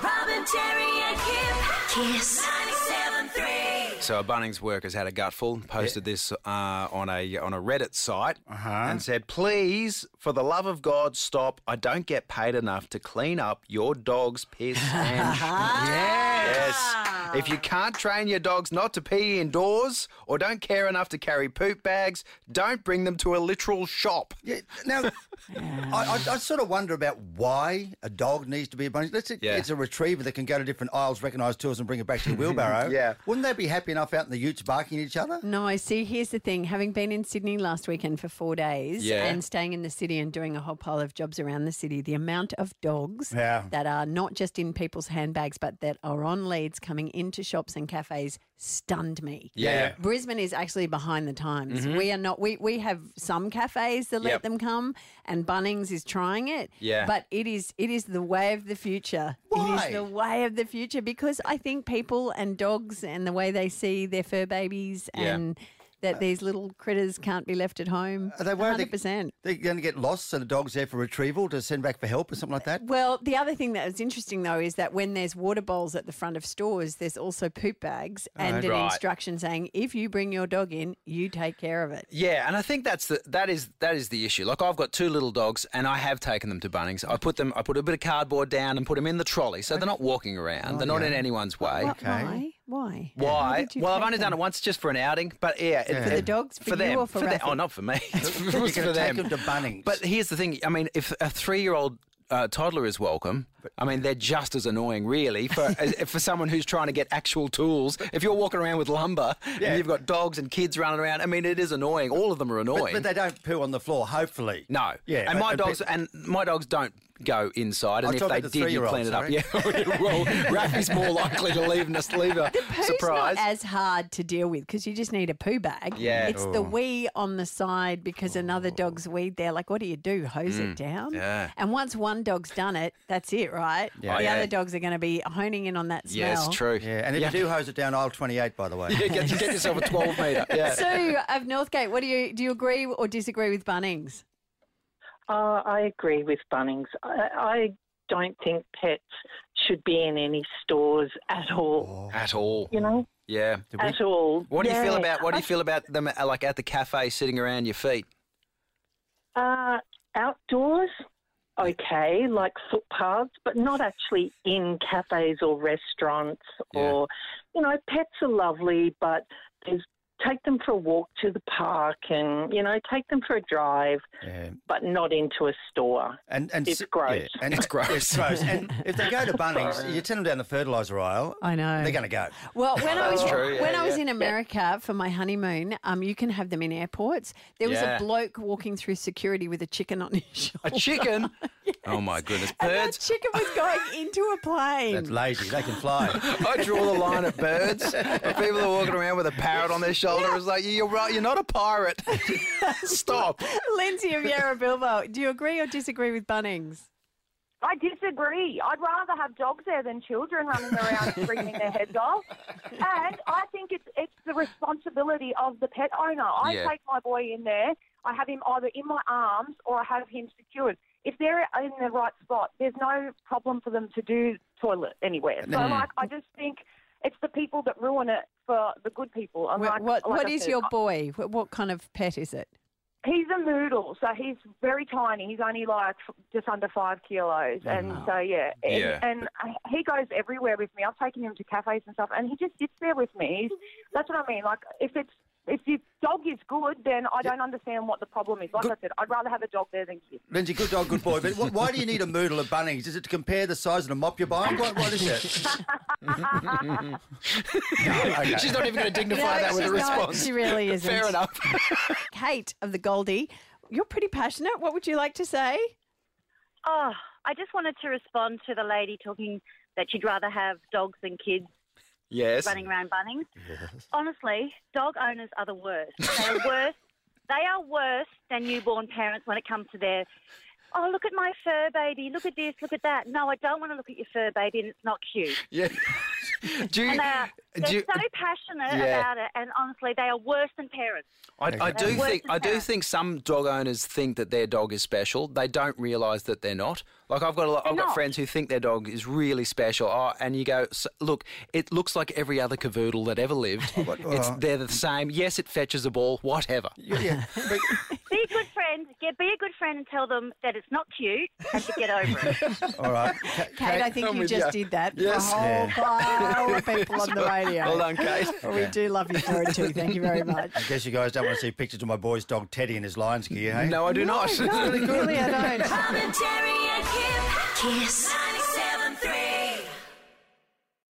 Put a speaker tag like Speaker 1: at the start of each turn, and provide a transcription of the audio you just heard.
Speaker 1: and Jerry and Kim. Kiss. 97.3.
Speaker 2: So a Bunnings worker's had a gutful, posted this uh, on a on a Reddit site, and said, "Please, for the love of God, stop! I don't get paid enough to clean up your dog's piss and yes. yes. If you can't train your dogs not to pee indoors, or don't care enough to carry poop bags, don't bring them to a literal shop.
Speaker 3: Yeah, now, I, I, I sort of wonder about why a dog needs to be a bunny. Let's say
Speaker 2: Yeah.
Speaker 3: it's a retriever that can go to different aisles, recognise tools, and bring it back to your wheelbarrow.
Speaker 2: Yeah.
Speaker 3: Wouldn't they be happy enough out in the utes barking at each other?
Speaker 4: No, see, here's the thing. Having been in Sydney last weekend for four days
Speaker 2: Yeah.
Speaker 4: and staying in the city and doing a whole pile of jobs around the city, the amount of dogs
Speaker 3: Yeah.
Speaker 4: that are not just in people's handbags, but that are on leads coming into shops and cafes stunned me.
Speaker 2: Yeah. Mm-hmm.
Speaker 4: Brisbane is actually behind the times. We are not. We we have some cafes that
Speaker 2: Yep.
Speaker 4: let them come, and Bunnings is trying it.
Speaker 2: Yeah.
Speaker 4: but it is it is the way of the future.
Speaker 3: Why?
Speaker 4: It is the way of the future because I think people and dogs and the way they see their fur babies
Speaker 2: Yeah.
Speaker 4: and that these little critters can't be left at home.
Speaker 3: Are they worried
Speaker 4: Hundred percent.
Speaker 3: They're going to get lost, so the dog's there for retrieval to send back for help or something like that.
Speaker 4: Well, the other thing that is interesting though is that when there's water bowls at the front of stores, there's also poop bags and an
Speaker 2: Oh, Right.
Speaker 4: instruction saying if you bring your dog in, you take care of it.
Speaker 2: Yeah, and I think that's the that is that is the issue. Like I've got two little dogs, and I have taken them to Bunnings. I put them, I put a bit of cardboard down and put them in the trolley, so they're not walking around. they're not in anyone's way.
Speaker 4: What- Why? Why? Why
Speaker 2: Why?
Speaker 4: did you
Speaker 2: Well, I've
Speaker 4: take
Speaker 2: only done it
Speaker 4: them?
Speaker 2: once, just for an outing. But yeah,
Speaker 3: For the
Speaker 4: dogs, for you
Speaker 2: them,
Speaker 4: or for
Speaker 2: them.
Speaker 4: Rafi?
Speaker 2: Oh, not for me. it was
Speaker 3: You're
Speaker 2: for
Speaker 3: gonna take
Speaker 2: them.
Speaker 3: them to Bunnings.
Speaker 2: But here's the thing. I mean, if a three-year-old uh, toddler is welcome, I mean, they're just as annoying, really, for as, for someone who's trying to get actual tools. If you're walking around with lumber
Speaker 3: Yeah.
Speaker 2: and you've got dogs and kids running around, I mean, it is annoying. All of them are
Speaker 3: But,
Speaker 2: annoying.
Speaker 3: but they don't poo on the floor, hopefully.
Speaker 2: No.
Speaker 3: Yeah.
Speaker 2: And my
Speaker 3: and pe-
Speaker 2: dogs and my dogs don't go inside. And
Speaker 3: I'm
Speaker 2: if
Speaker 3: talking
Speaker 2: they
Speaker 3: to
Speaker 2: did, you clean
Speaker 3: three-year-olds,
Speaker 2: it up. Yeah. well, Rafi's more likely to leave us leave a
Speaker 4: Poo's
Speaker 2: surprise.
Speaker 4: not as hard to deal with because you just need a poo bag.
Speaker 2: Yeah.
Speaker 4: It's the wee on the side because another dog's weed there. Like, what do you do? Hose it down?
Speaker 2: Oh. Mm. yeah.
Speaker 4: And once one dog's done it, that's it, right?
Speaker 2: Yeah.
Speaker 4: The
Speaker 2: Yeah.
Speaker 4: other dogs are going to be honing in on that smell.
Speaker 2: yeah, it's true.
Speaker 3: Yeah, and if you do hose it down aisle 28, by the way.
Speaker 2: Yeah, get, get yourself a 12 metre. Yeah.
Speaker 4: Sue of Northgate, what do you do? You agree or disagree with Bunnings?
Speaker 5: Uh, I agree with Bunnings. I, I don't think pets should be in any stores at all.
Speaker 2: At all.
Speaker 5: You know,
Speaker 2: Yeah.
Speaker 5: at all.
Speaker 2: What do you feel
Speaker 5: Yeah.
Speaker 2: about what do you feel about them uh, like at the cafe sitting around your feet?
Speaker 5: Uh, outdoors, okay, like footpaths, but not actually in cafes or restaurants.
Speaker 2: Yeah.
Speaker 5: Or, you know, pets are lovely, but there's, take them for a walk to the park and, you know, take them for a drive,
Speaker 3: Yeah.
Speaker 5: but not into a store.
Speaker 3: And, and
Speaker 5: It's
Speaker 3: s-
Speaker 5: gross.
Speaker 3: and
Speaker 2: It's gross.
Speaker 3: It's gross. And if they go to Bunnings, you turn them down the fertiliser aisle.
Speaker 4: I know.
Speaker 3: They're going to go.
Speaker 4: Well, when I was
Speaker 2: That's true,
Speaker 4: when
Speaker 2: yeah,
Speaker 4: I was
Speaker 2: yeah.
Speaker 4: in America for my honeymoon, um, you can have them in airports. There was
Speaker 2: Yeah.
Speaker 4: a bloke walking through security with a chicken on his shoulder.
Speaker 2: A chicken? Oh my goodness.
Speaker 4: And that
Speaker 2: Birds.
Speaker 4: chicken was going into a
Speaker 3: That's
Speaker 4: plane.
Speaker 3: lazy. They can fly.
Speaker 2: I draw the line at birds. If people are walking around with a parrot on their shoulder, it's like you're right, you're not a pirate. Stop.
Speaker 4: Lindsay of Yarra Bilbo, do you agree or disagree with Bunnings?
Speaker 6: I disagree. I'd rather have dogs there than children running around screaming their heads off. And I think it's it's the responsibility of the pet owner. I
Speaker 2: Yeah.
Speaker 6: take my boy in there. I have him either in my arms or I have him secured. If they're in the right spot, there's no problem for them to do toilet anywhere. So, like, I just think it's the people that ruin it for the good people. And
Speaker 4: What
Speaker 6: like-
Speaker 4: what,
Speaker 6: like
Speaker 4: what
Speaker 6: Oh, I
Speaker 4: is
Speaker 6: said,
Speaker 4: your boy? What, what kind of pet is it?
Speaker 6: He's a noodle, so he's very tiny. He's only like f- just under five kilos, and so yeah, and,
Speaker 2: Yeah.
Speaker 6: and I- he goes everywhere with me. I've taken him to cafes and stuff, and he just sits there with me. He's, that's what I mean. Like if it's if your dog is good, then I don't understand what the problem is. Like I said, I'd rather have a dog there than kids.
Speaker 3: Lindsay, good dog, good boy. But wh- why do you need a moodle at Bunnings? Is it to compare the size of the mop you're buying? What, what is it? no, okay.
Speaker 2: She's not even going to dignify that with a
Speaker 4: she's not.
Speaker 2: response.
Speaker 4: She really isn't.
Speaker 2: Fair enough.
Speaker 4: Kate of the Goldie, you're pretty passionate. What would you like to say?
Speaker 7: Oh, I just wanted to respond to the lady talking that she'd rather have dogs than kids
Speaker 2: yes.
Speaker 7: running around Bunnings. Honestly, dog owners are the worst. They're worse. They are worse than newborn parents when it comes to their. Oh, look at my fur baby. Look at this. Look at that. No, I don't want to look at your fur baby, and it's not cute.
Speaker 2: Yeah. Do you,
Speaker 7: And they
Speaker 4: uh,
Speaker 7: are, they're
Speaker 2: do you-
Speaker 7: so passionate
Speaker 2: Yeah.
Speaker 7: about it, and honestly, they are worse than parents.
Speaker 2: I, I
Speaker 7: They're
Speaker 2: do
Speaker 7: worse
Speaker 2: think
Speaker 7: than
Speaker 2: I do
Speaker 7: parents.
Speaker 2: think some dog owners think that their dog is special. They don't realise that they're not. Like I've got a lot, I've got
Speaker 7: not.
Speaker 2: friends who think their dog is really special. Oh, and you go "S- look, it looks like every other cavoodle that ever lived. it's they're the same. Yes, it fetches a ball. Whatever.
Speaker 3: Yeah, but-
Speaker 7: Be a good friend. Get, be a good friend and tell them that it's not cute and to get over it.
Speaker 3: all right. Ka-
Speaker 4: Kate, I think you just did that
Speaker 2: Yes.
Speaker 4: for a whole pile of people on the radio.
Speaker 2: Well done, Kate.
Speaker 4: Well, we do love you for it too. Thank you very much.
Speaker 3: I guess you guys don't want to see pictures of my boy's dog Teddy in his
Speaker 4: Oh
Speaker 3: lion's gear, hey?
Speaker 2: No, I do not.
Speaker 4: No, really, I don't.
Speaker 1: Commentary and hip hop. Kiss.